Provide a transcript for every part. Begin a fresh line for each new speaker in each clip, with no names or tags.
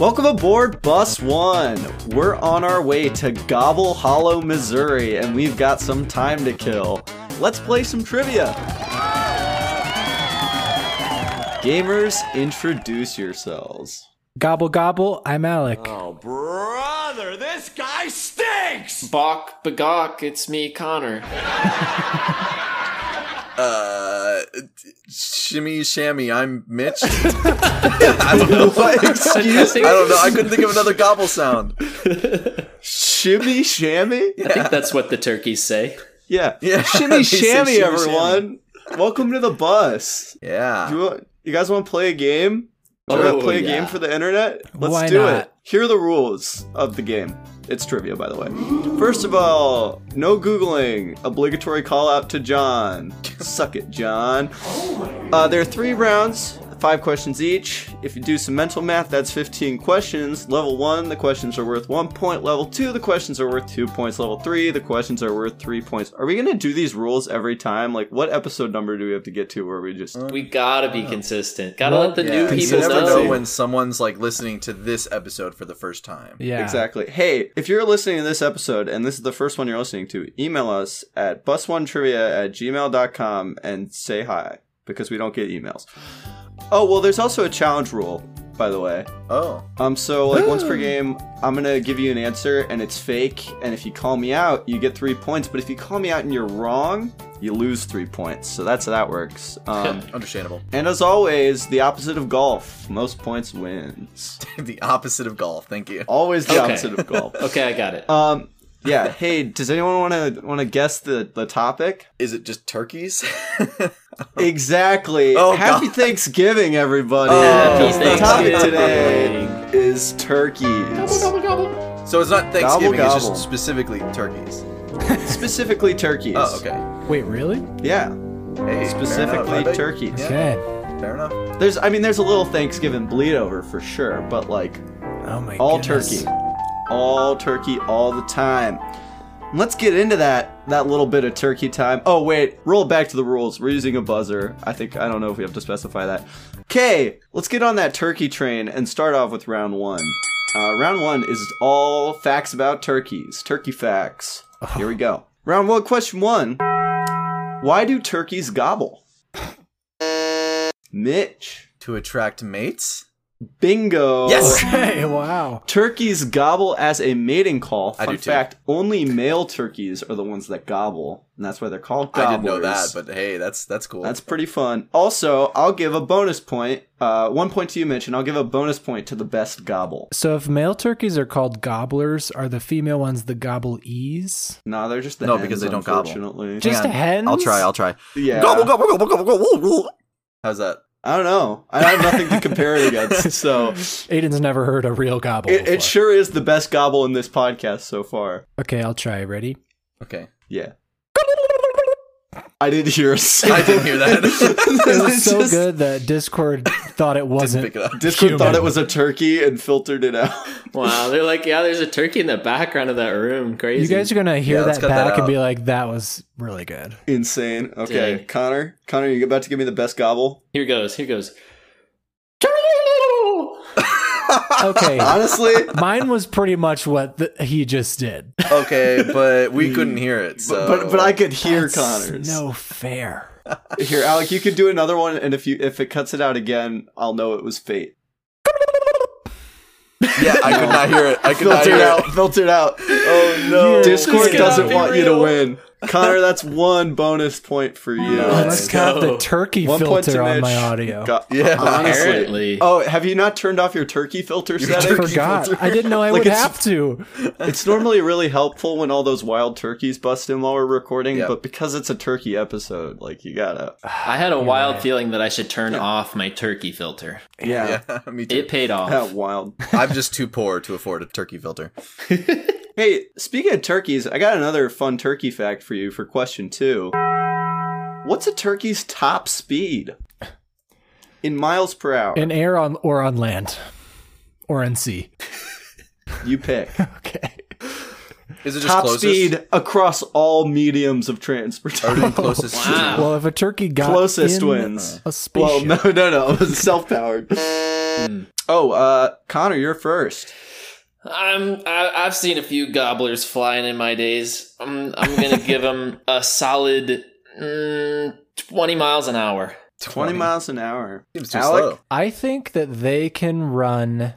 Welcome aboard Bus One. We're on our way to Gobble Hollow, Missouri, and we've got some time to kill. Let's play some trivia. Gamers, introduce yourselves.
Gobble gobble, I'm Alec.
Oh, brother, this guy stinks!
Bok Bagok, it's me, Connor.
Uh, shimmy shammy, I'm Mitch. I don't know. Excuse me. I don't know. I couldn't think of another gobble sound.
Shimmy shammy?
I think that's what the turkeys say.
Yeah.
Yeah,
Shimmy
they say
shammy,
shimmy
everyone. Welcome to the bus. Do
Yeah.
you, want- you guys want to play a game? Do you
Oh,
want to play
yeah.
a game for the internet? Let's
Why
do
not?
it. Here are the rules of the game. It's trivia, by the way. First of all, no Googling. Obligatory call out to John. Suck it, John. Uh, there are three rounds, five questions each. If you do some mental math, that's 15 questions. Level one, the questions are worth one point. Level two, the questions are worth two points. Level three, the questions are worth three points. Are we going to do these rules every time? Like, what episode number do we have to get to where we just.
We gotta be consistent. Gotta let the
Yeah.
new
You
people
never
know.
know when someone's like listening to this episode for the first time.
Yeah.
Exactly. Hey, if you're listening to this episode and this is the first one you're listening to, email us at busonetrivia at gmail.com and say hi because we don't get emails. Oh, well, there's also a challenge rule, by the way.
Oh,
Um, so like once per game, I'm gonna give you an answer and it's fake. And if you call me out, you get three points. But if you call me out and you're wrong, you lose three points. So that's how that works. Um,
understandable.
and as always, the opposite of golf: most points wins.
the opposite of golf. Thank you.
Always the
Okay.
opposite of golf.
Okay, I got it.
Um, yeah. Hey, does anyone want to want to guess the the topic?
Is it just turkeys?
Exactly.
Oh,
Happy
God.
Thanksgiving, everybody.
Oh,
Happy
the topic
Thanksgiving.
today is turkeys,
so it's not Thanksgiving. It's
gobble.
just specifically turkeys.
specifically turkeys.
Oh, okay.
Wait, really?
Yeah.
Hey, fair
specifically
enough. I bet-
turkeys.
Yeah.
Okay.
Fair enough.
There's, I mean, there's a little Thanksgiving bleed over for sure, but like
Oh my
all
goodness.
turkey, all turkey, all the time. Let's get into that that little bit of turkey time. Oh wait, roll back to the rules. We're using a buzzer. I think I don't know if we have to specify that. Okay, let's get on that turkey train and start off with round one. Uh, round one is all facts about turkeys. Turkey facts. Here we go. Round one, question one. Why do turkeys gobble? Mitch.
To attract mates.
Bingo.
Yes!
Hey, wow.
Turkeys gobble as a mating call.
I
Fun
do too.
fact: only male turkeys are the ones that gobble, and that's why they're called gobblers.
I didn't know that, but hey, that's that's cool.
that's pretty fun. Also, I'll give a bonus point. Uh, one point to you, Mitch, and I'll give a bonus point to the best gobble.
So if male turkeys are called gobblers, are the female ones the gobblees?
No, they're just the
No,
hens,
because they don't gobble.
Unfortunately,
Just
Hang on.
hens?
I'll try. I'll try.
yeah.
Gobble, gobble, gobble, gobble, gobble, gobble. How's that?
I don't know. I have nothing to compare it against, so
Aiden's never heard a real gobble.
it,
before.
it sure is the best gobble in this podcast so far.
okay, I'll try. Ready?
Okay.
Yeah. I didn't hear a sound.
I didn't hear that.
It was so good that Discord thought it
Didn't
wasn't.
pick it up.
Discord
Human.
thought it was a turkey and filtered it out.
wow, they're like, yeah, there's a turkey in the background of that room. Crazy.
You guys are gonna hear
Yeah, let's
that
cut that
back and
out.
be like, "That was really good."
Insane. Okay,
Dang.
Connor, Connor, you about to give me the best gobble?
here goes. Here goes.
Okay,
Honestly,
mine was pretty much what the, he just did.
okay, but we couldn't hear it. So.
but but I could hear
That's
Connor's.
No fair.
Here, Alec, you can do another one, and if you if it cuts it out again, I'll know it was fate.
yeah, I could not hear it. I could not
Filtered
hear
out,
it.
filtered out. Oh no,
You're-
Discord
This cannot
doesn't
be
want you to
real.
win, Connor. That's one bonus point for you.
Let's cut the turkey
One point
filter
to
on
Mitch.
my audio.
Go-
Yeah.
Uh,
honestly.
Apparently.
Oh, have you not turned off your turkey filter
Your
setting?
I forgot. I didn't know I
Like,
would
it's-
have to.
It's normally really helpful when all those wild turkeys bust in while we're recording,
Yeah.
but because it's a turkey episode, like you gotta.
I had a wild feeling that I should turn off my turkey filter.
Yeah.
Yeah, me too.
It paid off.
That wild.
I'm just too poor to afford a turkey filter.
Hey, speaking of turkeys, I got another fun turkey fact for you for question two. What's a turkey's top speed? In miles per hour.
In air on or on land, or in sea.
you pick.
Okay.
Is it just
Top
closest?
speed across all mediums of transportation.
Or closest
Wow.
Well, if a turkey got
Closest
in
wins.
a
Well,
spaceship,
Mm.
no, no, no. It was self powered. Oh, uh, Connor, you're first.
I'm, I, I've seen a few gobblers flying in my days. I'm, I'm gonna give them a solid mm, 20 miles an hour.
20, miles an hour.
Seems too
Alec?
slow.
I think that they can run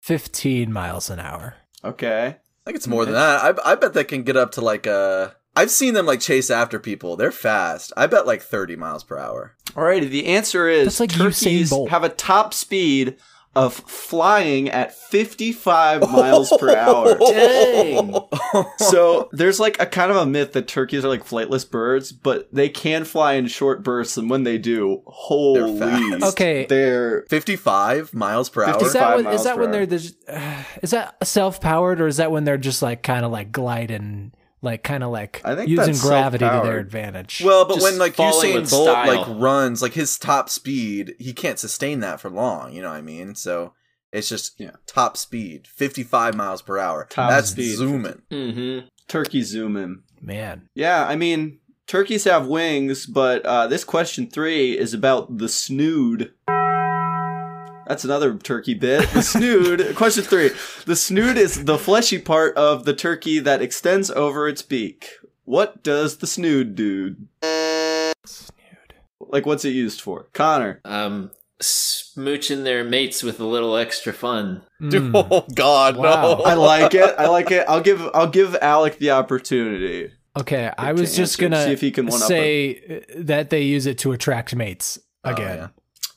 15 miles an hour.
Okay.
I think it's more than that. I, I bet they can get up to like Uh, I've seen them like chase after people. They're fast. I bet like 30 miles per hour.
Alrighty, the answer is
That's like Usain
turkeys
Bolt.
have a top speed of flying at 55 miles per hour.
Dang.
So there's like a kind of a myth that turkeys are like flightless birds, but they can fly in short bursts, and when they do, holy,
fast.
Okay.
they're
55 miles per hour.
55
Is that, when,
miles
is that
per
when
hour.
they're just, uh, is that self powered or is that when they're just like kind of like gliding, like kind of like
I think
using
that's
gravity to their
self-powered.
advantage?
Well, but
Just
when like
falling
Usain
with
Bolt
style.
like runs, like his top speed, he can't sustain that for long. You know what I mean? So it's just
Yeah.
top speed, fifty-five miles per hour.
Top
That's
speed.
zooming.
Mm-hmm.
turkey zooming.
man,
Yeah, I mean turkeys have wings, but uh, this question three is about the snood. That's another turkey bit. The snood. question three: The snood is the fleshy part of the turkey that extends over its beak. What does the snood do? Like, what's it used for? Connor.
Um, smooching their mates with a little extra fun.
Mm.
Oh God,
Wow.
I like it. I like it. I'll give I'll give Alec the opportunity.
okay. I
to
was just
answer,
gonna
see if he can one-up
say uh, that they use it to attract mates
Oh,
again.
yeah.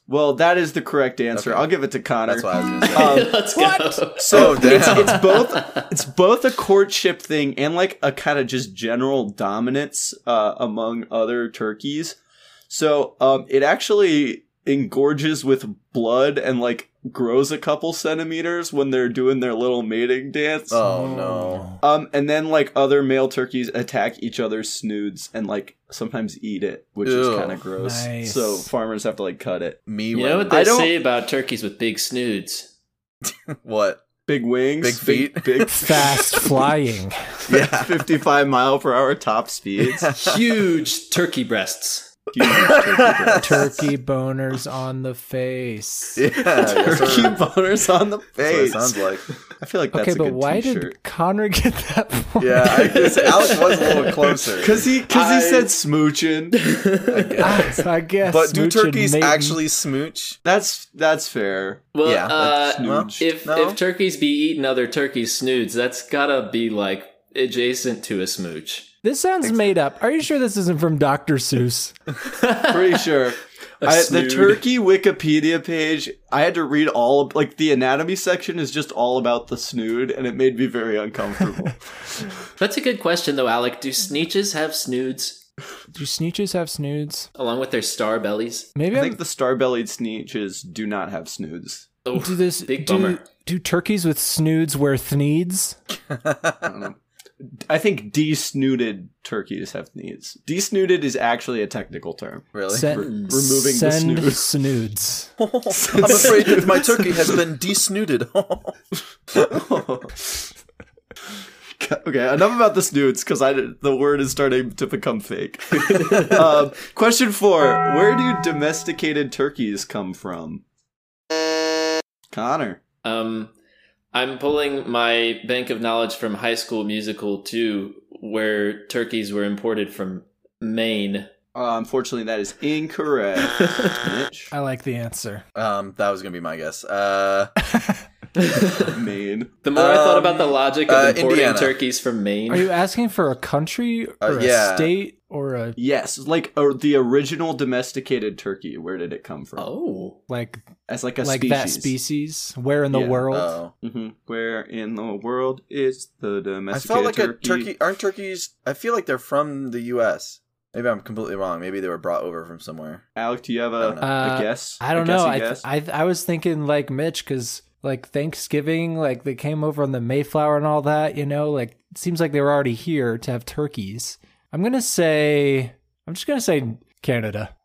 Well, that is the correct answer.
Okay.
I'll give it to Connor.
That's what I was gonna say.
Um,
Let's go.
so
Oh,
it's,
damn.
it's both it's both a courtship thing and like a kind of just general dominance uh, among other turkeys. So um, it actually engorges with blood and like grows a couple centimeters when they're doing their little mating dance.
oh no.
Um, and then like other male turkeys attack each other's snoods and like sometimes eat it, which
Ew.
is kind of gross.
Nice.
So farmers have to like cut it.
Me,
You know
what?
what
I
they
don't-
say about turkeys with big snoods?
what?
Big wings,
Big feet.
big,
Fast flying.
Yeah,
fifty-five mile per hour top speeds.
Huge turkey breasts.
Huge turkey breasts.
Turkey boners on the face.
yeah. That's what,
turkey boners on the
that's what it
face.
sounds like.
I feel like that's
okay,
a good
but why
t-shirt.
did Connor get that point?
Yeah, I guess Alec was a little closer.
Cause he, cause he
I-
said smooching.
I guess.
But do
smooch and
turkeys
mating.
actually smooch?
That's that's fair.
Well,
Yeah,
uh,
that's- well,
if
no.
if turkeys be eating other turkeys' snoods, that's gotta be like adjacent to a smooch.
This sounds made up. Are you sure this isn't from Dr. Seuss?
Pretty sure. I, the
snood.
turkey Wikipedia page, I had to read all of, like the anatomy section is just all about the snood, and it made me very uncomfortable.
That's a good question though, Alec.
Hmm.
Do sneeches have snoods
Do sneeches have snoods?
along with their star bellies?
Maybe
I
I'm,
think the star-bellied sneeches do not have snoods.
Oh,
do this.
big
do,
bummer.
do turkeys with snoods wear thneeds?
I think desnooted turkeys have needs. Desnooted is actually a technical term.
Really?
Send,
removing the
send
snood.
snoods.
I'm afraid that my turkey has been desnooted.
Okay, enough about the snoods because I did- the word is starting to become fake. um, question four: Where do domesticated turkeys come from? Connor.
Um, I'm pulling my bank of knowledge from High School Musical 2, where turkeys were imported from Maine.
Uh, unfortunately, that is incorrect. Mitch.
I like the answer.
um, that was gonna be my guess. Uh,
Maine.
The more I thought
Um,
about the logic
uh,
of importing
Indiana.
turkeys from
Are
Maine,
you asking for a country or
Uh, yeah.
a state or a
Yes, like uh, the original domesticated turkey. Where did it come from?
oh,
like
As like a
like
species.
that species? Where in the
Yeah.
world?
oh,
hmm Where in the world is the
I
domesticated
felt like
Oh, turkey?
a turkey. Aren't turkeys? I feel like they're from the U.S. Maybe I'm completely wrong. Maybe they were brought over from somewhere.
Alec, do you have
don't
a,
know.
a
Uh,
guess?
I don't
A guessy
know. I, th-
guess?
I th- I was thinking like Mitch because like Thanksgiving, like they came over on the Mayflower and all that. You know, like it seems like they were already here to have turkeys. I'm gonna say. I'm just gonna say Canada.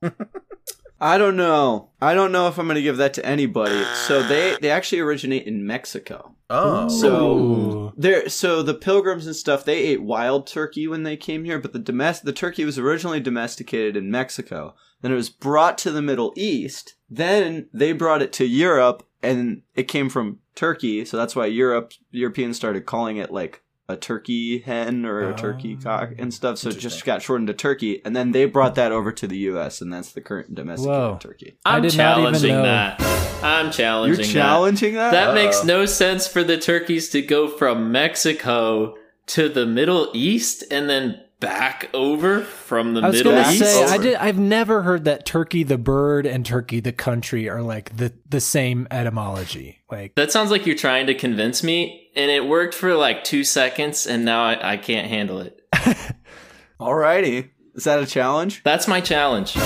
I don't know. I don't know if I'm going to give that to anybody. So they they actually originate in Mexico.
Oh,
So
Ooh.
there so the pilgrims and stuff they ate wild turkey when they came here, but the domest- the turkey was originally domesticated in Mexico. Then it was brought to the Middle East. Then they brought it to Europe and it came from Turkey, so that's why Europe Europeans started calling it like a turkey hen or a turkey
Oh.
cock and stuff. So it just
Interesting.
got shortened to turkey, and then they brought that over to the U.S. and that's the current domesticated
Whoa.
turkey.
I
I'm
did not even
challenging
know.
that. I'm
You're
challenging that.
challenging that?
That makes
Uh-oh.
no sense for the turkeys to go from Mexico to the Middle East and then back over from the
I was
Middle
gonna
East.
say
Over.
I did. I've never heard that turkey the bird and turkey the country are like the the same etymology. Like
That sounds like you're trying to convince me, and it worked for like two seconds, and now I, I can't handle it.
Alrighty. Is that a challenge,
That's my challenge.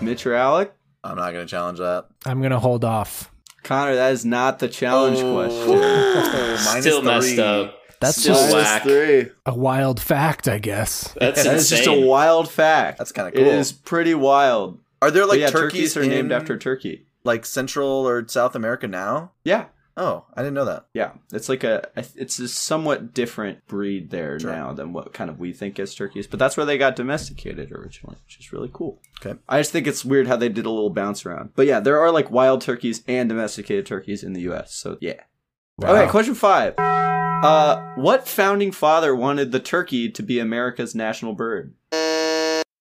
Mitch or Alec?
I'm not going to challenge that.
I'm gonna hold off.
Connor, that is not the challenge
Oh.
question.
Minus
Still
three.
messed up.
That's
Still
just
whack. Minus
three.
a wild fact, I guess.
That's
That
insane.
is just a wild fact.
That's kinda
It
cool.
is pretty wild.
Are there
But
like
yeah,
turkeys,
turkeys, are named
in,
after turkey.
like Central or South America now?
Yeah,
Oh, I didn't know that.
yeah. It's like a it's a somewhat different breed there now than what kind of we think as turkeys, but that's where they got domesticated originally, which is really cool.
Okay.
I just think it's weird how they did a little bounce around. But yeah, there are like wild turkeys and domesticated turkeys in the U.S. So yeah. Okay, question five. Uh, what founding father wanted the turkey to be America's national bird?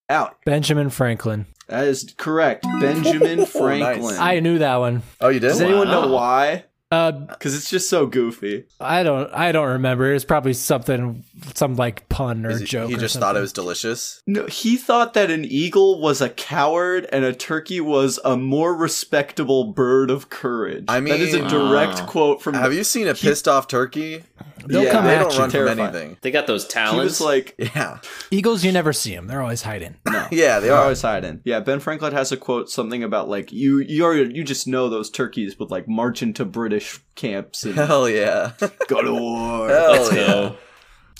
Out.
Benjamin Franklin.
That is correct. Benjamin
Oh, Nice.
Franklin.
I knew that one.
Oh, you did?
Does anyone know why?
Uh,
Because it's just so goofy.
I don't. I don't remember. It's probably something, some like pun or
Is he,
joke.
he
or
just
something.
thought it was delicious.
No, he thought that an eagle was a coward and a turkey was a more respectable bird of courage.
I
that is a
mean-
direct
Wow.
quote from.
Have you seen a pissed off turkey?
They'll
Yeah,
come
they
at
don't
you.
run
Terrifying.
from anything.
They got those
He
talents.
was like,
Yeah,
Eagles, you never see them. They're always hiding.
yeah, they
"They're
are.
always hiding." Yeah, Ben Franklin has a quote something about like you, you already, you just know those turkeys would like march into British camps and
Hell yeah,
go to war.
hell
Let's
yeah.
go.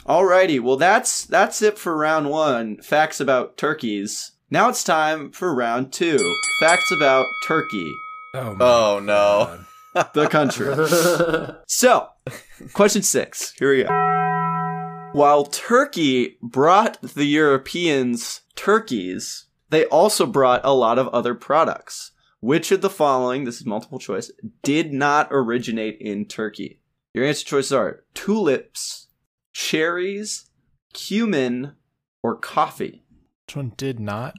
Alrighty, well that's that's it for round one. Facts about turkeys. Now it's time for round two. Facts about Turkey,
Oh, my
Oh no,
the country. so, question six. Here we go. While Turkey brought the Europeans turkeys, they also brought a lot of other products. Which of the following, this is multiple choice, did not originate in Turkey? Your answer choices are tulips, cherries, cumin, or coffee.
Which one did not?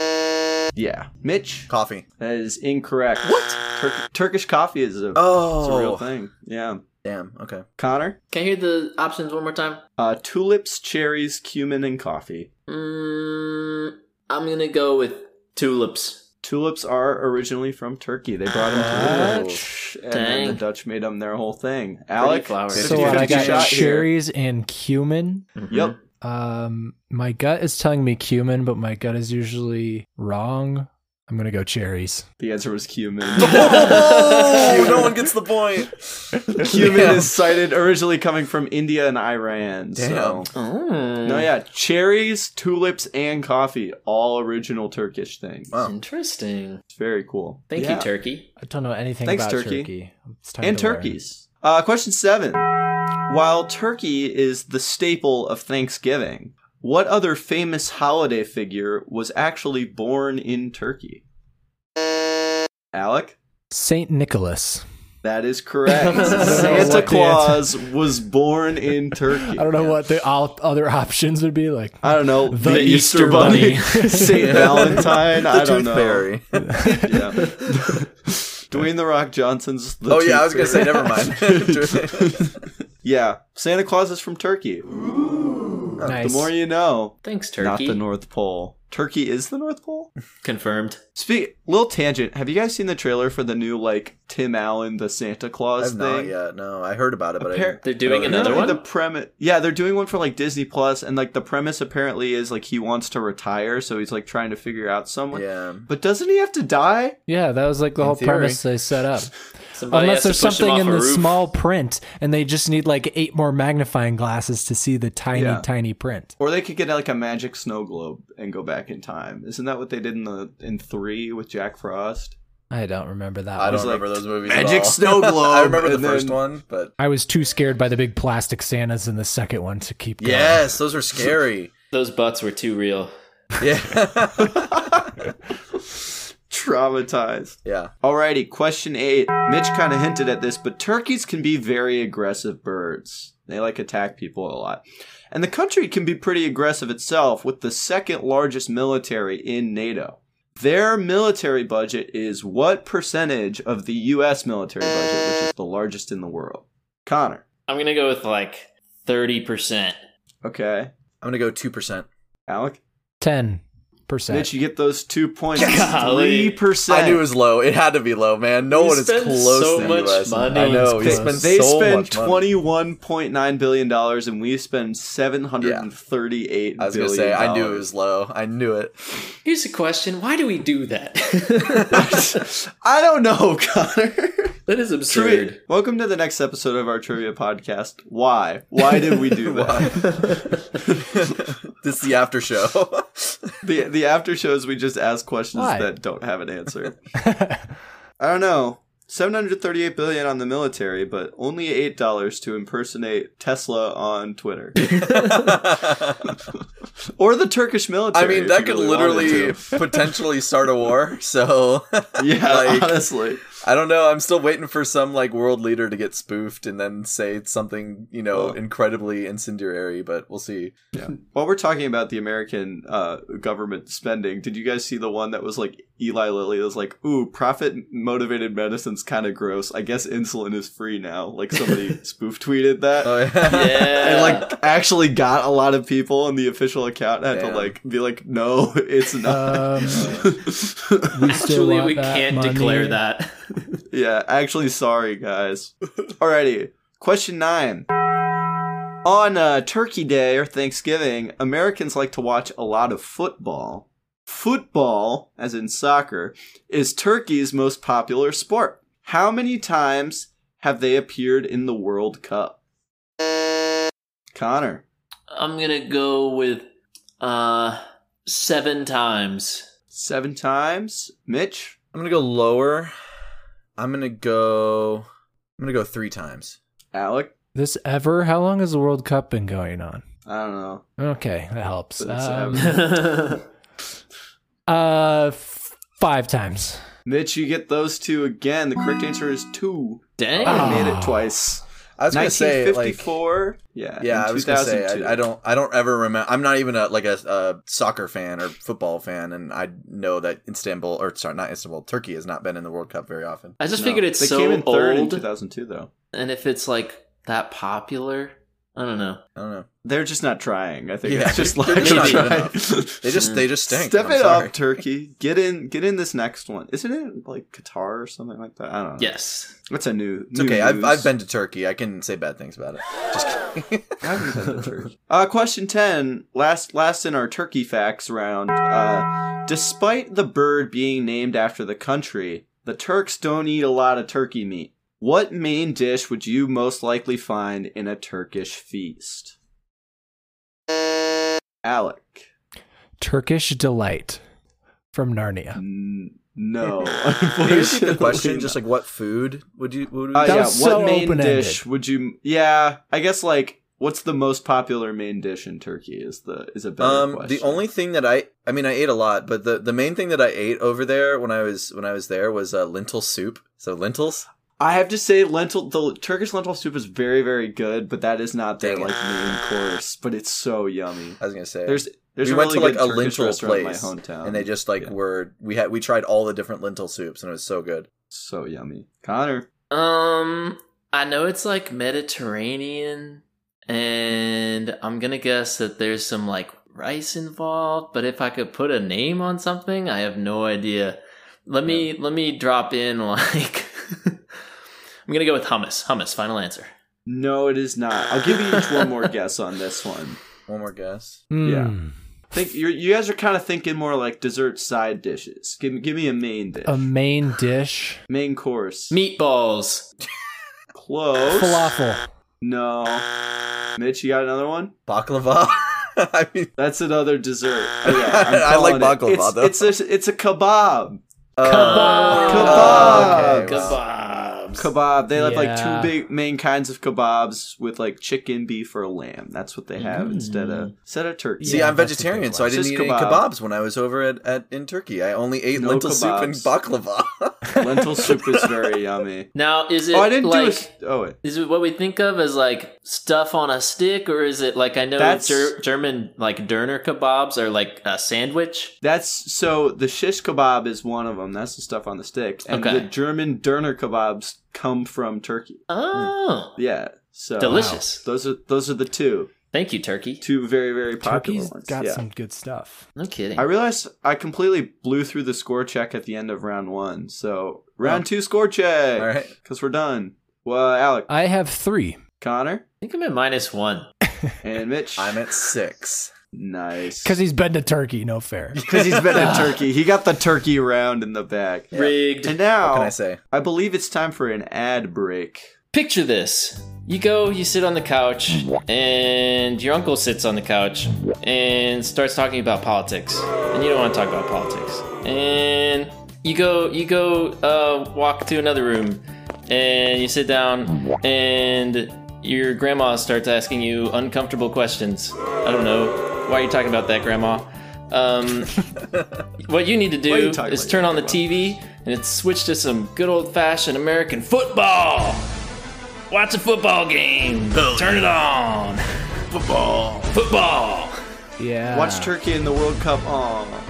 Yeah. Mitch,
coffee.
that is incorrect. What? Tur- Turkish coffee is a,
Oh,
it's a real thing. Yeah.
damn. Okay,
Connor,
Can I hear the options one more time?
uh, tulips, cherries, cumin, and coffee.
Mm, I'm gonna go with tulips.
Tulips are originally from Turkey. They brought them to the Dutch, and then the
Ah, Dang.
Dutch made them their whole thing. Alec,
flowers.
So uh,
50-50
I
shot
got
here.
cherries and cumin.
Yep.
Um, my gut is telling me cumin, but my gut is usually wrong. I'm gonna go cherries.
The answer was cumin.
Oh, no one gets the point.
cumin
Damn.
is cited originally coming from India and Iran. So.
Damn.
Oh,
No, yeah, cherries, tulips, and coffee, all original Turkish things.
Wow.
Interesting.
It's very cool.
Thank
Yeah.
you, Turkey.
I don't know anything
Thanks,
about
turkey.
turkey. It's time
and
to learn.
turkeys. Uh, question seven. While turkey is the staple of Thanksgiving, what other famous holiday figure was actually born in Turkey? Alec?
Saint Nicholas.
That is correct.
know
Santa
what the
Claus was born in Turkey.
I don't know what the all, other options would be like.
I don't know.
The
Easter,
Easter
Bunny,
Bunny.
St. Valentine.
the
I don't
tooth
know.
fairy.
Yeah. Dwayne the Rock Johnson's. The
oh yeah, I was
Tooth
gonna say
Fairy.
never mind.
Yeah, Santa Claus is from Turkey.
Nice.
The more you know.
Thanks, Turkey.
Not the North Pole. Turkey is the North Pole?
Confirmed.
Speak little tangent. Have you guys seen the trailer for the new like Tim Allen the Santa Claus
I've
thing?
not yet. No, I heard about it, but I
Appar-
didn't-
They're doing
Really?
another
Apparently
one.
The premise, yeah, they're doing one for like Disney Plus, and like the premise apparently is like he wants to retire, so he's like trying to figure out someone.
yeah.
But doesn't he have to die?
Yeah, that was like the whole
theory.
premise they set up.
Somebody
Unless
has
there's
to push him
something
off
in
a
the
roof.
small print and they just need like eight more magnifying glasses to see the tiny,
Yeah.
tiny print.
Or they could get like a magic snow globe and go back in time. Isn't that what they did in the in three with Jack Frost?
I don't remember that.
I
one.
don't
like,
remember those movies.
"Magic
at all.
snow
I
globe,"
remember the
and
first
then-
one, but
I was too scared by the big plastic Santas in the second one to keep going.
yes, those are scary.
Those butts were too real.
Yeah,
traumatized.
Yeah.
Alrighty, question eight. Mitch kind of hinted at this, but turkeys can be very aggressive birds. They like attack people a lot. And the country can be pretty aggressive itself with the second largest military in NATO. Their military budget is what percentage of the US military budget, which is the largest in the world? Connor.
I'm gonna go with like thirty percent.
Okay.
I'm gonna go two percent.
Alec?
Ten percent.
Mitch, you get those two points.
Golly.
3%.
I knew it was low. It had to be low, man. No
We
one is
spend
close
so
to the
much
US.
money.
I know.
They-
He spends
They
so
spend
much money.
twenty one point nine billion dollars, and we spend seven hundred and thirty eight
I was gonna say I knew it was low. I knew it.
Here's a question: Why do we do that?
I don't know, Connor.
that is
Trivia.
absurd.
Welcome to the next episode of our trivia podcast. Why? Why did we do that?
This is the after show.
the the after shows we just ask questions
Why?
that don't have an answer. I don't know. 738 billion on the military, but only $8 to impersonate Tesla on Twitter. or the Turkish military.
I mean,
if
that
you
could
really wanted
literally
to.
potentially start a war. So
Yeah,
like-
honestly.
I don't know. I'm still waiting for some like world leader to get spoofed and then say something you know
Well-
incredibly incendiary. But we'll see.
While we're talking about the American uh, government spending, did you guys see the one that was like Eli Lilly was like, "Ooh, profit motivated medicine's kind of gross. I guess insulin is free now." Like somebody spoof tweeted that.
Oh, yeah.
and
Yeah,
like actually got a lot of people and the official account had
Damn.
to like be like no it's not
Um, still
actually,
want
Uh, we
that
can't
money.
declare that.
yeah actually sorry guys alrighty question nine on uh, turkey day or thanksgiving americans like to watch a lot of football football as in soccer is turkey's most popular sport how many times have they appeared in the world cup connor
I'm gonna go with uh seven times.
seven times mitch
I'm gonna go lower. I'm gonna go. I'm gonna go three times.
Alec?
This ever? How long has the World Cup been going on?
I don't know.
Okay, that helps.
But it's
Um,
ever.
That's
uh, f- five times.
Mitch, you get those two again. The correct answer is two.
Dang.
I
Ah.
made it twice.
I was gonna say like
1954. yeah.
yeah.
and
I was gonna say
2002.
I, I don't. I don't ever remember. I'm not even a like a, a soccer fan or football fan, and I know that Istanbul or sorry, not Istanbul, Turkey has not been in the World Cup very often.
I just
No.
figured it's
they
so
came in third in
old,
2002 though.
and if it's like that popular, I don't know.
I don't know.
They're just not trying. I think
Yeah,
it's just
they're-
like
they're
just not
good
trying.
They just they just stink.
Step
I'm
it
sorry.
up, Turkey. Get in, get in this next one. Isn't it like Qatar or something like that? I don't know.
Yes.
that's a new.
It's
new
okay. I've,
news.
I've been to Turkey. I can say bad things about it. Just kidding.
Uh, question ten, last last in our turkey facts round. Uh, despite the bird being named after the country, the Turks don't eat a lot of turkey meat. What main dish would you most likely find in a Turkish feast? Alec,
Turkish delight from Narnia.
N- no.
Can you repeat the question?
unfortunately
Just like uh, what food would you? Would we
Uh,
That
yeah, what
was so
main
open-ended.
dish would you? Yeah, I guess like what's the most popular main dish in Turkey is the is a better
Um,
question.
the only thing that I, I mean, I ate a lot, but the, the main thing that I ate over there when I was when I was there was uh, lentil soup. So lentils.
I have to say, lentil the Turkish lentil soup is very very good, but that is not their
Dang it.
like main course. But it's so yummy.
I was gonna say
There's there's
we
a
went
really
to like
good
a
Turkish
lentil
restaurant in my
place,
hometown,
and they just like
Yeah.
were we had we tried all the different lentil soups, and it was so good.
so yummy. Connor,
Um, I know it's like Mediterranean, and I'm gonna guess that there's some like rice involved. But if I could put a name on something, I have no idea. Let me let me drop in like. I'm gonna go with hummus. Hummus. Final answer.
no, it is not. I'll give you each one more guess on this one.
One more guess.
Hmm.
Mm,
Think you you guys are kind of thinking more like dessert side dishes. Give me- give me a main dish,
A main dish.
main course.
Meatballs.
Close.
Falafel.
No, Mitch, you got another one.
Baklava. I mean,
That's another dessert. Oh, yeah, I'm
I like
calling it.
baklava,
It's-
though.
It's a it's a kebab.
uh,
Kebab.
Oh,
okay,
Kebab.
kebabs.
Kebab. They have like
Yeah.
two big main kinds of kebabs with like chicken, beef, or lamb. That's what they have instead of instead of turkey.
See,
Yeah,
I'm
that's a good
vegetarian,
one.
so I didn't
Just
eat any
kebab.
kebabs when I was over at, at in Turkey. I only ate
No
lentil soup and baklava.
Lentil soup is very yummy.
Now, is it
oh, I didn't do a.
like
s- Oh wait.
is it what we think of as like stuff on a stick, or is it like I know
That's-
Ger- German like Derner kebabs are like a sandwich?
That's so the shish kebab is one of them. That's the stuff on the stick, and
Okay.
the German Derner kebabs come from Turkey.
Oh,
Yeah, so
Delicious.
Those are those are the two
thank you, Turkey.
two very very popular
Turkey's
ones.
got
yeah.
some good stuff.
No kidding.
I realized I completely blew through the score check at the end of round one. So round two score check.
Oh. All right.
Because we're done. Well, Alec,
I have three.
Connor,
I think I'm at minus one.
and Mitch.
I'm at six.
nice.
Because he's been to Turkey, no fair.
Because he's been in Turkey. He got the turkey round in the back.
Rigged.
And now,
Can I say?
I believe it's time for an ad break.
Picture this. You go, you sit on the couch, and your uncle sits on the couch and starts talking about politics. And you don't want to talk about politics. And you go, you go, uh, walk to another room, and you sit down, and your grandma starts asking you uncomfortable questions. I don't know. Why are you talking about that, grandma? Um, what you need to
Why are
do
you talking
is
about
turn
your
on the TV and it's switched to some good old fashioned American football. Watch a football game. Turn it on. Football. Football.
Yeah.
Watch Turkey in the World Cup. Aw.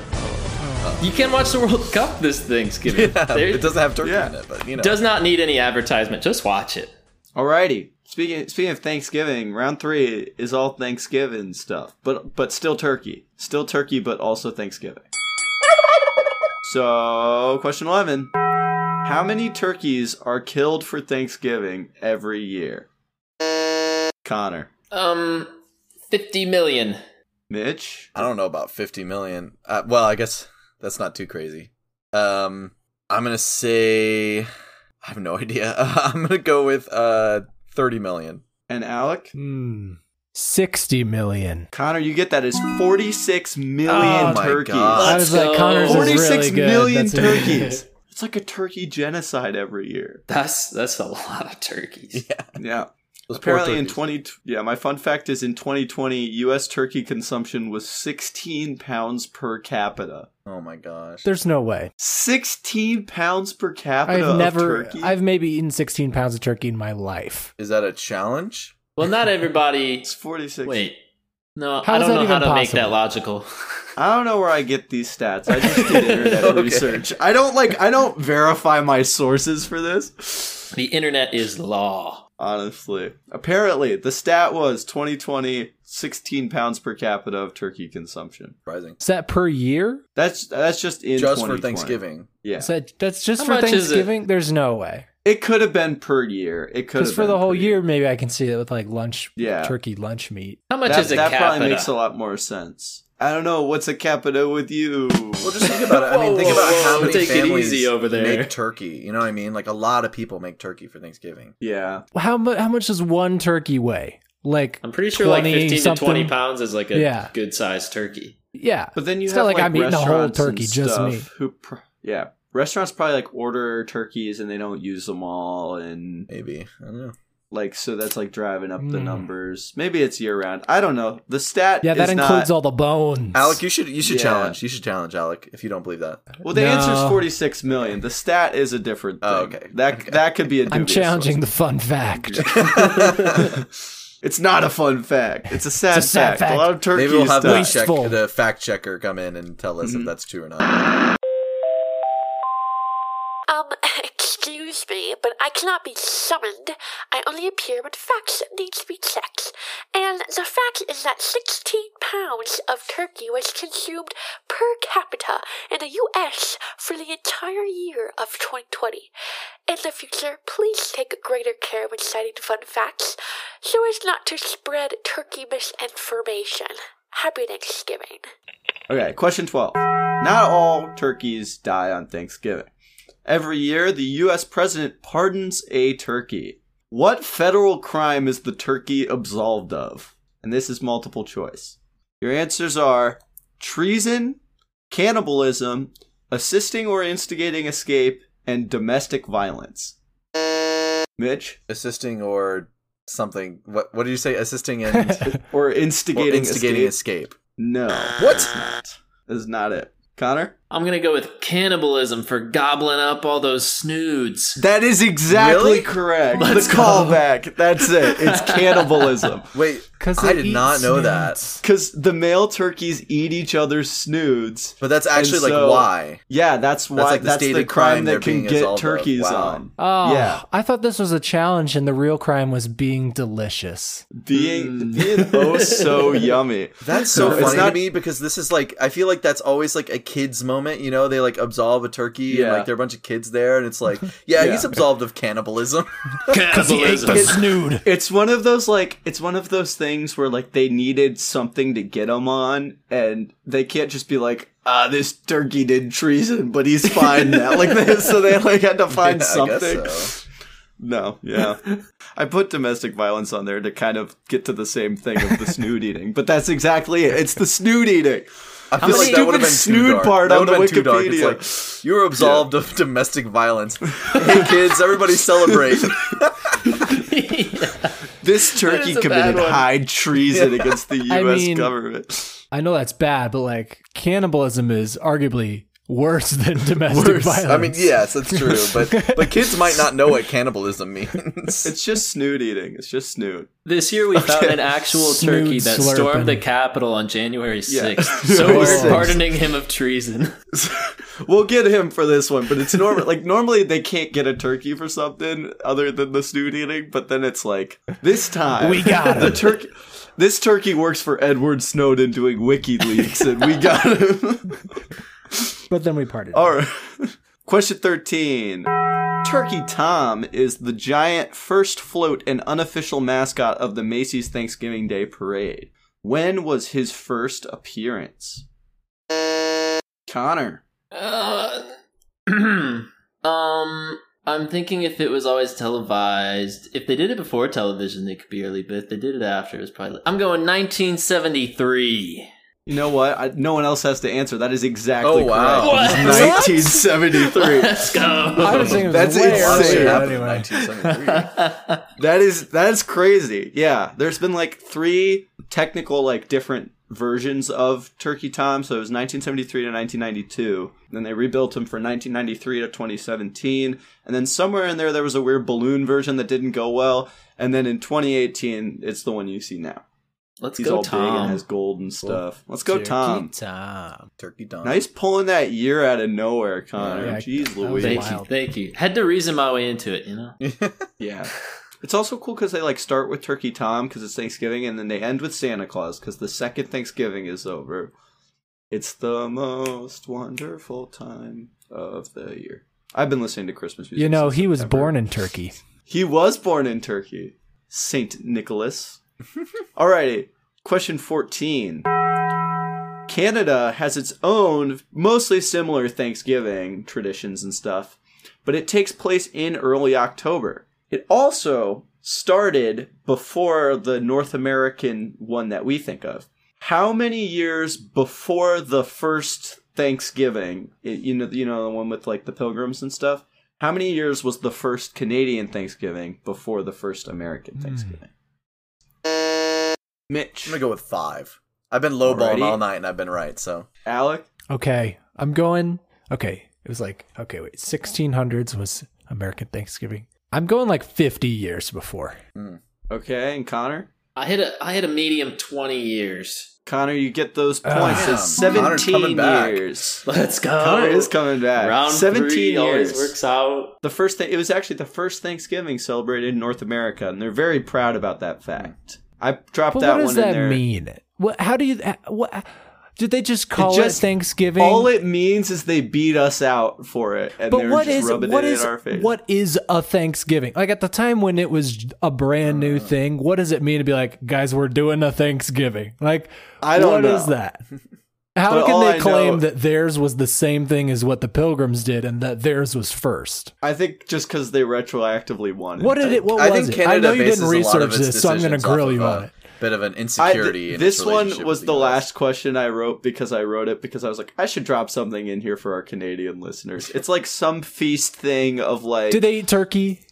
You can watch the World Cup this Thanksgiving. There-
it doesn't have turkey
Yeah.
in it, but you know.
does not need any advertisement. Just watch it.
Alrighty. Speaking speaking of Thanksgiving, round three is all Thanksgiving stuff, but but still turkey, still turkey, but also Thanksgiving. So, question eleven: How many turkeys are killed for Thanksgiving every year? Connor,
Um, 50 million.
Mitch,
I don't know about 50 million. Uh, well, I guess that's not too crazy. Um, I'm going to say, I have no idea. I'm going to go with uh, 30 million.
and Alec.
Hmm. 60 million.
Connor, you get that is forty-six million
Oh my
turkeys.
God.
I
Let's
was like,
go.
Connors is
Forty-six
really
million
good. That's it.
turkeys. It's like a turkey genocide every year.
That's that's a lot of turkeys.
Yeah.
Those poor
Apparently in
turkeys.
20 yeah, my fun fact is in 2020 US turkey consumption was 16 pounds per capita.
Oh my gosh.
There's no way.
16 pounds per capita
I've
of
never,
turkey.
I've maybe eaten 16 pounds of turkey in my life.
Is that a challenge?
Well, not everybody.
it's 46.
Wait. No,
How
I
is
don't
that
know how to
even
make
possible?
that logical.
I don't know where I get these stats. I just did internet
Okay.
research. I don't like I don't verify my sources for this.
the internet is law.
Honestly. Apparently, the stat was 2020 16 pounds per capita of turkey consumption.
Surprising.
Is that per year?
That's that's just in
Just for
2020.
Thanksgiving.
Yeah.
Is that, that's just
How
for
much is it?
Thanksgiving? There's no way.
It could have been per year. It could
Because
have
for
been
the whole
per
year, maybe I can see it with like lunch,
Yeah.
turkey lunch meat.
How much
That,
is a
that
capita?
probably makes a lot more sense. I don't know what's a capita with you.
Well, just think about it. I mean, think
Whoa,
about
whoa,
how
whoa.
many
Take it
families
easy over there.
make turkey. You know what I mean? Like a lot of people make turkey for Thanksgiving.
yeah,
How much? How much does one turkey weigh? Like
I'm pretty sure like 15 to 20
pounds.
pounds is like a
Yeah.
good sized turkey.
Yeah,
but then you
It's
have
not like
like
I'm eating a whole
restaurants and
turkey, just
stuff
me.
Who? Pr- yeah, restaurants probably like order turkeys and they don't use them all, and
Maybe. I don't know.
like so that's like driving up the
Mm.
numbers. Maybe it's year round. I don't know. The stat.
yeah, that
is
includes
not,
all the bones.
Alec, you should you should
Yeah.
challenge. You should challenge Alec if you don't believe that.
Well, the
No.
answer's forty six million. The stat is a different thing.
Oh, okay.
That
Okay.
that could be a.
I'm
dubious
challenging
one.
the fun fact.
It's not a fun fact. It's a sad,
It's a sad
fact.
fact.
A lot of turkeys.
Maybe we'll have the
die.
check
Wasteful.
the fact checker come in and tell us
Mhm.
if that's true or not.
Um, excuse me, but I cannot be summoned. I only appear when facts need to be checked. And the fact is that 16 pounds of turkey was consumed per capita in the US for the entire year of 2020. In the future, please take greater care when citing fun facts so as not to spread turkey misinformation. Happy Thanksgiving.
Okay, question 12. Not all turkeys die on Thanksgiving. Every year, the U.S. president pardons a turkey. What federal crime is the turkey absolved of? And this is multiple choice. Your answers are treason, cannibalism, assisting or instigating escape, and domestic violence. Mitch?
assisting or something. What what did you say? Assisting and
Or
or
instigating,
instigating
escape?
escape.
No.
What?
Not. That's not it. Connor?
I'm gonna go with cannibalism for gobbling up all those snoods.
That is exactly
Really?
correct.
Let's
the
go.
callback. That's it. It's cannibalism.
Wait,
Because
I did not know that.
Because the male turkeys eat each other's snoods.
But that's actually like
so-
why.
Yeah, that's why that's,
like the
the,
stated
crime,
crime they're
that can
being
get
absolved of.
turkeys
Wow.
on.
Oh,
Yeah.
I thought this was a challenge, and the real crime was being delicious.
Being being oh so yummy.
That's so
It's
funny
not-
to me because this is like I feel like that's always like a kid's moment, you know? They like absolve a turkey and
Yeah.
like there are a bunch of kids there and it's like, yeah,
Yeah.
he's absolved of cannibalism.
snood.
It's one of those like it's one of those things where like they needed something to get him on, and they can't just be like, ah, this turkey did treason, but he's fine now. like this, so they like had to find
Yeah, I guess
something.
so.
No, yeah. I put domestic violence on there to kind of get to the same thing of the snoot eating, but that's exactly it. It's the snoot eating.
I feel
The
like that would
stupid
have been
snood
too dark.
part
that
on
would have
the
been too dark. It's like you were absolved of domestic violence. hey kids, everybody celebrate.
This turkey
is a
committed
bad one.
high treason against the U.S.
I mean-
government.
I know that's bad, but like cannibalism is arguably worse than domestic violence.
I mean, yes, that's true, but but kids might not know what cannibalism means.
It's just snoot eating. It's just snoot.
This year we found an actual
Snood
turkey that
slurping.
stormed the Capitol on January 6th.
Yeah.
So we're
6th.
pardoning him of treason.
We'll get him for this one, but it's normal. like normally they can't get a turkey for something other than the snoot eating, but then it's like this time
We got
the
him.
turkey. This turkey works for Edward Snowden doing WikiLeaks, and we got him.
but then we parted.
All right. Question 13. Turkey Tom is the giant first float and unofficial mascot of the Macy's Thanksgiving Day Parade. When was his first appearance? Connor.
Uh, um, I'm thinking if it was always televised, if they did it before television, it could be early, but if they did it after, it's probably. I'm going 1973.
You know what? I, no one else has to answer. That is exactly
Oh, wow.
correct. It was
What?
1973
Let's go.
I was thinking it was
That's
way
insane.
earlier,
Honestly, it
Same.
happened in
anyway.
1973.
That is that is crazy. Yeah, there's been like three technical like different versions of Turkey Tom. So it was 1973 to 1992. Then they rebuilt him for 1993 to 2017. And then somewhere in there there was a weird balloon version that didn't go well. And then in 2018 it's the one you see now.
Let's
He's
go,
all big and
Tom.
has gold and stuff. Let's go,
Turkey
Tom.
Tom.
Turkey Don.
Nice pulling that year out of nowhere, Connor.
Yeah,
Jeez
that was
Louise.
Thank you,
Wild.
thank you. Had to reason my way into it, you know.
Yeah. It's also cool because they like start with Turkey Tom because it's Thanksgiving, and then they end with Santa Claus because the second Thanksgiving is over. It's the most wonderful time of the year. I've been listening to Christmas music.
You know,
since
he was
September.
born in Turkey.
He was born in Turkey. Saint Nicholas. Alrighty. Question 14. Canada has its own, mostly similar Thanksgiving traditions and stuff, but it takes place in early October. It also started before the North American one that we think of. How many years before the first Thanksgiving, i- you know, you know the one with like the pilgrims and stuff? How many years was the first Canadian Thanksgiving before the first American Thanksgiving? Mitch,
Hmm. I'm gonna go with five. I've been lowballing
Alrighty.
all night and I've been right. So
Alec,
Okay, I'm going. Okay, it was like okay, wait, 1600s was American Thanksgiving. I'm going like 50 years before.
okay, and Connor.
I hit a I hit a medium twenty years.
Connor, you get those
Ah.
points.
Damn,
it's
Connor's coming
seventeen
back.
years.
Let's go.
Connor is coming back.
Round
seventeen
three
years.
always works out.
The first thing it was actually the first Thanksgiving celebrated in North America, and they're very proud about that fact. I dropped
But
that
what
one
does
in
that
there.
mean? What? How do you? What? Did they just call it,
just-
Thanksgiving?
All it means is they beat us out for it, and
but
they're
what
just
is
rubbing
what
it
is
in our face.
what is a Thanksgiving? Like at the time when it was a brand
Uh.
new thing, what does it mean to be like, guys, we're doing a Thanksgiving? Like,
I don't
what is
know.
that? How
But
can
all
they
I
claim
know-
that theirs was the same thing as what the Pilgrims did and that theirs was first?
I think just because they retroactively wanted.
What did it? What
I
was
think
it?
Canada
I know you
bases
didn't
a lot of
research
its
this, so I'm going to
decisions off
grill
of
you
a
on it.
Bit of an
I-
insecurity. in
this
its
one
relationship
was
with
the
US.
last question I wrote because I wrote it because I was like, I should drop something in here for our Canadian listeners. It's like some feast thing of like.
Did they eat turkey?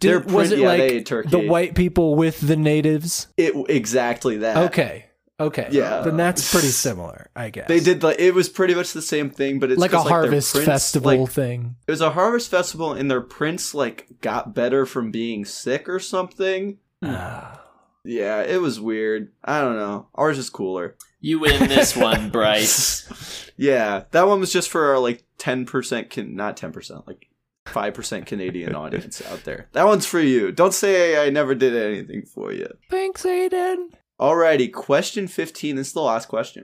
They're
Did, was it
pretty- yeah, they
like
ate turkey.
the white people with the natives?
It exactly that.
Okay. Okay.
Uh, Yeah.
Then that's pretty similar, I guess.
They did like it was pretty much the same thing, but it's
like a
'cause, their
harvest
prince,
festival
like,
thing.
it was a harvest festival, and their prince like got better from being sick or something.
Ah.
Yeah, it was weird. I don't know. Ours is cooler.
You win this one, Bryce.
Yeah, that one was just for our like ten percent, can not ten percent, like five percent Canadian audience out there. That one's for you. Don't say I never did anything for you.
Thanks, Aiden.
Alrighty, question 15. This is the last question.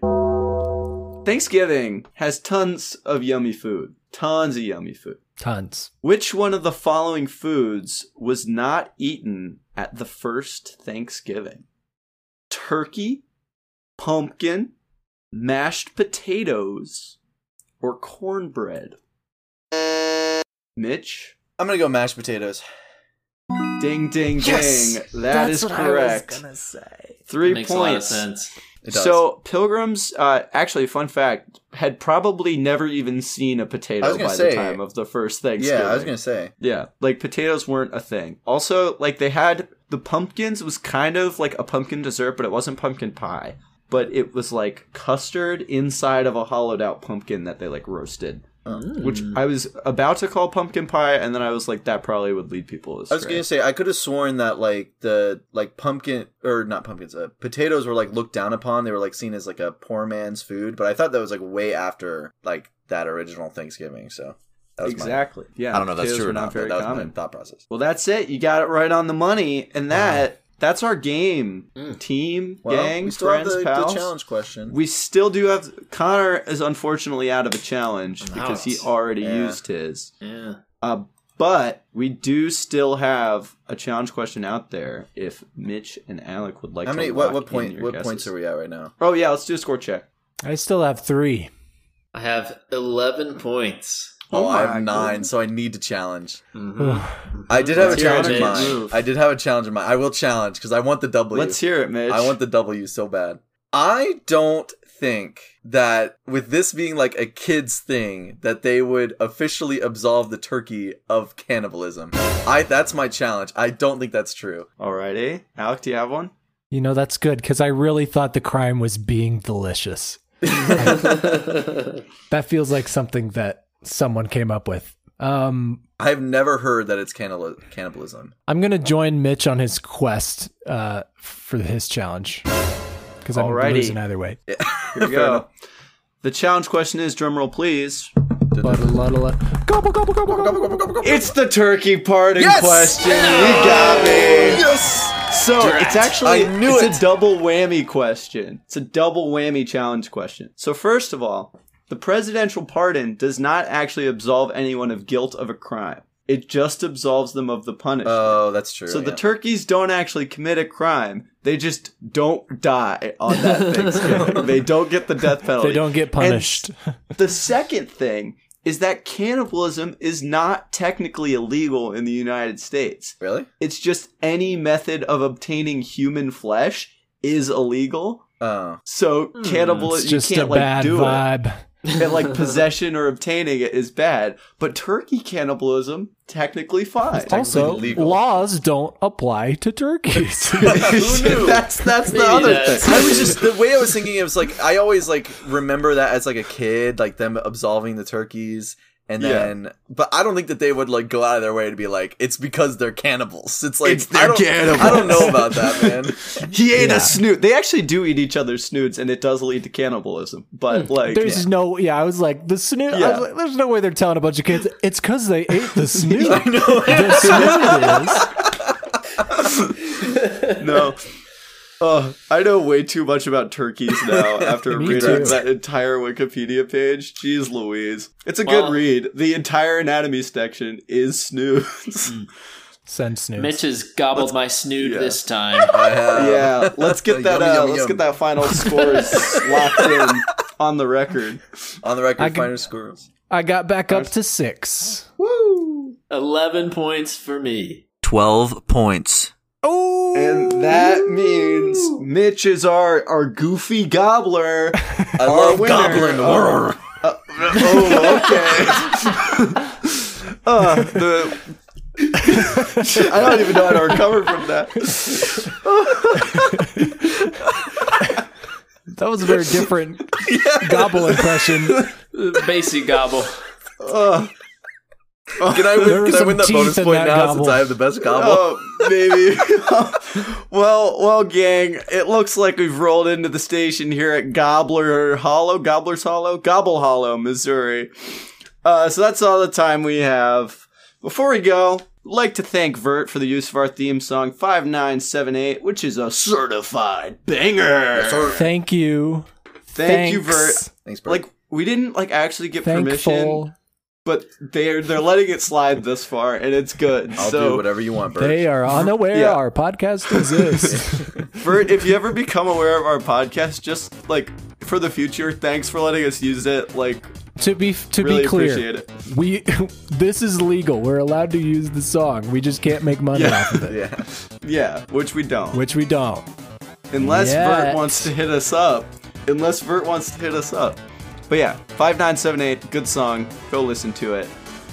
Thanksgiving has tons of yummy food. Tons of yummy food.
Tons.
Which one of the following foods was not eaten at the first Thanksgiving? Turkey, pumpkin, mashed potatoes, or cornbread? Mitch?
I'm gonna go mashed potatoes.
Ding, ding, ding. That is correct. Three
Makes
points.
a lot of sense.
It does.
So pilgrims, uh, actually, fun fact, had probably never even seen a
I
potato
was
by
gonna say-
the time of the first Thanksgiving.
yeah, I was gonna say
Yeah, like potatoes weren't a thing. Also, like they had the pumpkins was kind of like a pumpkin dessert, but it wasn't pumpkin pie. But it was like custard inside of a hollowed out pumpkin that they like roasted.
Mm.
Which I was about to call pumpkin pie, and then I was like, that probably would lead people
I
astray.
was gonna say I could have sworn that like the like pumpkin or not pumpkins, uh, potatoes were like looked down upon. They were like seen as like a poor man's food, but I thought that was like way after like that original Thanksgiving. So that was my,
exactly. Yeah,
I don't know if that's
potatoes
true
were
or not, but that was my thought process.
Well, that's it. You got it right on the money, and that that's our game. Team,
Mm. Well,
gang,
we still
friends,
have the,
pals.
the challenge question.
We still do have Connor is unfortunately out of a challenge because he
out.
already
Yeah.
used his.
Yeah.
Uh, but we do still have a challenge question out there. If Mitch and Alec would like,
How
to
many? What,
lock
what
in
point?
your
What
guesses.
points are we at right now?
Oh yeah, let's do a score check.
I still have three.
I have 11 points.
Oh
Oh, I
my
have nine,
goodness.
so I need to challenge.
Mhm.
I did have a
Let's hear it,
challenge in
Mitch.
mind.
Move.
I did have a challenge in mind. I will challenge because I want the W.
Let's hear it, Mitch.
I want the W so bad. I don't think that with this being like a kids thing that they would officially absolve the turkey of cannibalism. I that's my challenge. I don't think that's true.
Alrighty, Alec, do you have one?
You know, that's good because I really thought the crime was being delicious. That feels like something that someone came up with. Um,
I've never heard that it's cannibal- cannibalism.
I'm going to join Mitch on his quest uh, for his challenge because I'm
Alrighty.
losing either way.
Here we go. The challenge question is drumroll, please.
Ba-da-la-da-la. Gobble, gobble, gobble, gobble.
It's the turkey parting question. You got me. Yes. So it's actually
I knew
it's
it.
a double whammy question. It's a double whammy challenge question. So first of all, the presidential pardon does not actually absolve anyone of guilt of a crime. It just absolves them of the punishment.
Oh, that's true.
so the
yeah.
turkeys don't actually commit a crime. They just don't die on that Thanksgiving. they don't get the death penalty.
They don't get
And
punished.
the second thing is that cannibalism is not technically illegal in the United States.
really?
It's just any method of obtaining human flesh is illegal.
Oh.
So cannibal
it's
you
just a
can't like
bad
do
vibe.
it. And like possession or obtaining it is bad. But turkey cannibalism technically fine.
Also,
legal.
laws don't apply to turkeys.
Who knew?
that's that's the
Maybe
other
that's-
thing.
I was just the way I was thinking. It was like I always like remember that as like a kid, like them absolving the turkeys, and
Yeah.
then. But I don't think that they would like go out of their way to be like it's because they're cannibals. It's like
It's they're
I don't,
cannibals.
I don't know about that, man.
He ate
Yeah.
a snoot. They actually do eat each other's snoots, and it does lead to cannibalism. But like,
Hmm. There's no, yeah. I was like the snoot. I
Yeah.
was like, there's no way they're telling a bunch of kids it's because they ate the snoot.
I know.
the snoot is.
No. Oh, I know way too much about turkeys now after
Me
reading
too.
that entire Wikipedia page. Jeez Louise. It's a
Well-
good read. The entire anatomy section is snoots.
Mm.
Send snoot.
Mitch has gobbled my snood
Hmm. yeah.
this time.
I have-
yeah, let's get that
Yum,
uh,
yum,
let's
yum.
get that final scores locked in on the record.
on the record.
I can-
Finer squirrels.
I got back up to six.
11 points for me.
Twelve points.
Oh,
And that means Mitch is our our goofy gobbler.
I love
winner.
goblin horror.
oh, okay. uh, the I don't even know how to recover from that.
That was a very different gobble impression.
Basie gobble.
Ugh.
Can I
There were
win, can I
some
win that
teeth
bonus
in
point
that
now
gobble.
since I have the best gobble?
Oh, maybe. well, well, gang, it looks like we've rolled into the station here at Gobbler Hollow, Gobbler's Hollow, Gobble Hollow, Missouri. Uh, so that's all the time we have. Before we go, I'd like to thank Vert for the use of our theme song 5978, which is a certified banger.
Thank you.
Thank you, Vert.
Thanks.
Thanks, bro.
Like we didn't like actually get permission,
Thankful.
but they're they're letting it slide this far, and it's good.
I'll
so
do whatever you want, Bert.
They are unaware
Yeah.
our podcast exists.
Bert, if you ever become aware of our podcast, just like for the future, thanks for letting us use it. Like,
to be to
really
be clear,
appreciate it.
we this is legal. We're allowed to use the song. We just can't make money
Yeah.
off of it,
yeah.
Yeah, which we don't.
which we don't.
unless Vert
Yet.
wants to hit us up. Unless Vert wants to hit us up. But yeah, 5978, good song. Go listen to it.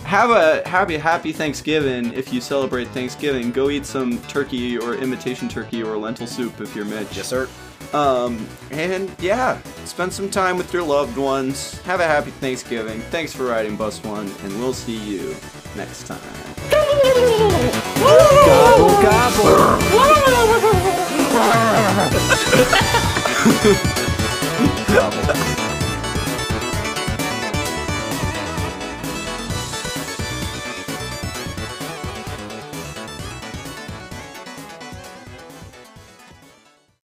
Have a happy, happy Thanksgiving if you celebrate Thanksgiving. Go eat some turkey or imitation turkey or lentil soup if you're Mitch.
Yes, sir.
Um, and yeah, spend some time with your loved ones. Have a happy Thanksgiving. Thanks for riding Bus One, and we'll see you next time.